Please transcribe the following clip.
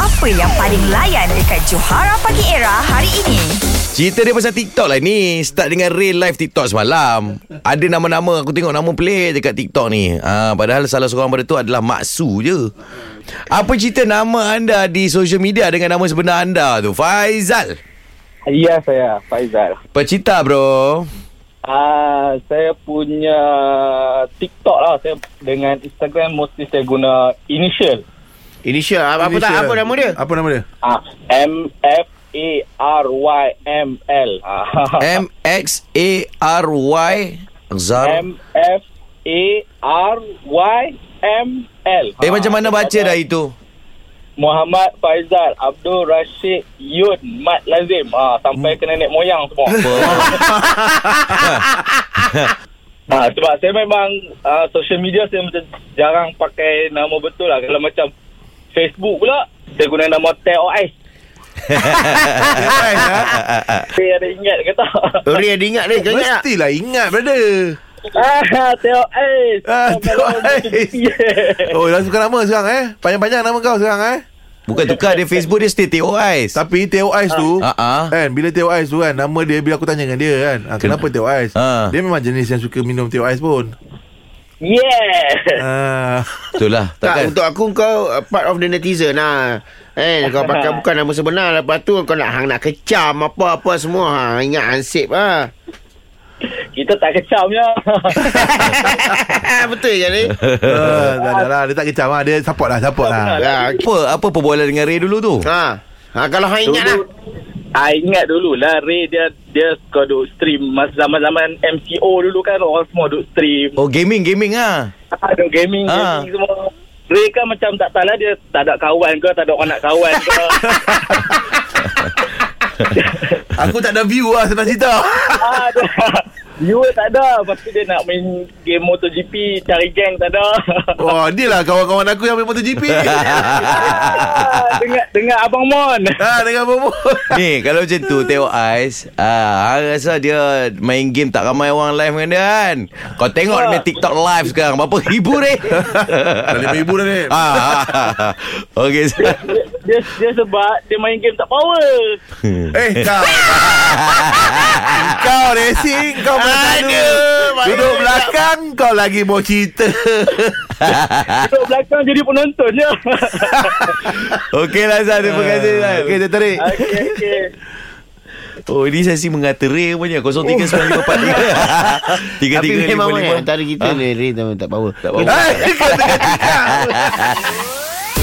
Apa yang paling layan dekat Johara Pagi Era hari ini? Cerita dia pasal TikTok lah ni Start dengan real live TikTok semalam Ada nama-nama Aku tengok nama pelik dekat TikTok ni ha, Padahal salah seorang pada tu adalah Mak Su je Apa cerita nama anda di social media Dengan nama sebenar anda tu Faizal Ya saya Faizal. Pecita bro Ah saya punya TikTok lah saya dengan Instagram mesti saya guna initial. Initial apa, apa tak Indonesia. apa nama dia? Apa nama dia? Ah M F A R Y M L. Ah, M-X-A-R-Y Zar M F A R Y M L. Eh macam mana baca dah itu Muhammad Faizal Abdul Rashid Yun Mat Lazim. Ah sampai kena nenek moyang semua. Ha, sebab saya memang uh, social media saya macam jarang pakai nama betul lah. Kalau macam Facebook pula, saya guna nama TOS. Saya ada ingat ke tak? Tori ada ingat dia. Kau ingat tak? Mestilah ingat brother ah, TOS. Ah, TOS. Yeah. Oh dah tukar nama sekarang eh Panjang-panjang nama kau sekarang eh Bukan tukar dia Facebook dia stay TOIs Tapi Teo Ais tu Ah, ah. Kan bila Teo Ais tu kan Nama dia bila aku tanya dengan dia kan ah, Kenapa Teo Ais Ah. Dia memang jenis yang suka minum Teo Ais pun yeah. Eh. ah. Itulah Tak, takkan untuk aku kau uh, part of the netizen lah. Eh, kau pakai bukan nama sebenar. Lepas tu kau nak hang nak kecam apa-apa semua. Ha, ingat ansip ha. Kita tak kecamnya. Betul je ni. ah, Tak ada lah Dia tak kecam lah Dia support lah Support lah Ha. apa apa perbualan dengan Ray dulu tu? ha. Ha, kalau hang ingat lah. Dulu, I ingat dulu lah Ray dia dia kau duk stream masa zaman-zaman MCO dulu kan orang semua duk stream. Oh gaming gaming ah. Ada gaming, Ah. gaming semua. Ray kan macam tak tahu lah dia tak ada kawan ke, tak ada orang nak kawan ke. Aku tak ada view lah Senang cerita ah, dia, viewer tak ada. Lepas tu dia nak main game MotoGP, cari geng tak ada. Wah dia lah kawan-kawan aku Yang main MotoGP ah, dengar, dengar Abang Mon. Ah, dengan bobo. Ni kalau macam tu Teo Ais ah, Hang rasa dia Main game tak ramai orang live dengan dia kan Kau tengok dia main TikTok live sekarang Berapa ribu Ray Dah lima ribu dah ni. ah, ah. Okay Sal. Dia, dia, dia sebab dia main game tak power. Eh kau Kau racing Kau bertanya Duduk belakang Kau lagi mau cerita Duduk belakang jadi penonton je. Okay lah Sal Terima kasih Ah, Sal Okay dia tarik okey, okey. Oh ini sesi mengata Ray punya 039543 Oh. Tapi memang eh, 3355 antara kita ni Ray tak tak power. Tak power. Hai, kau tengah-tengah.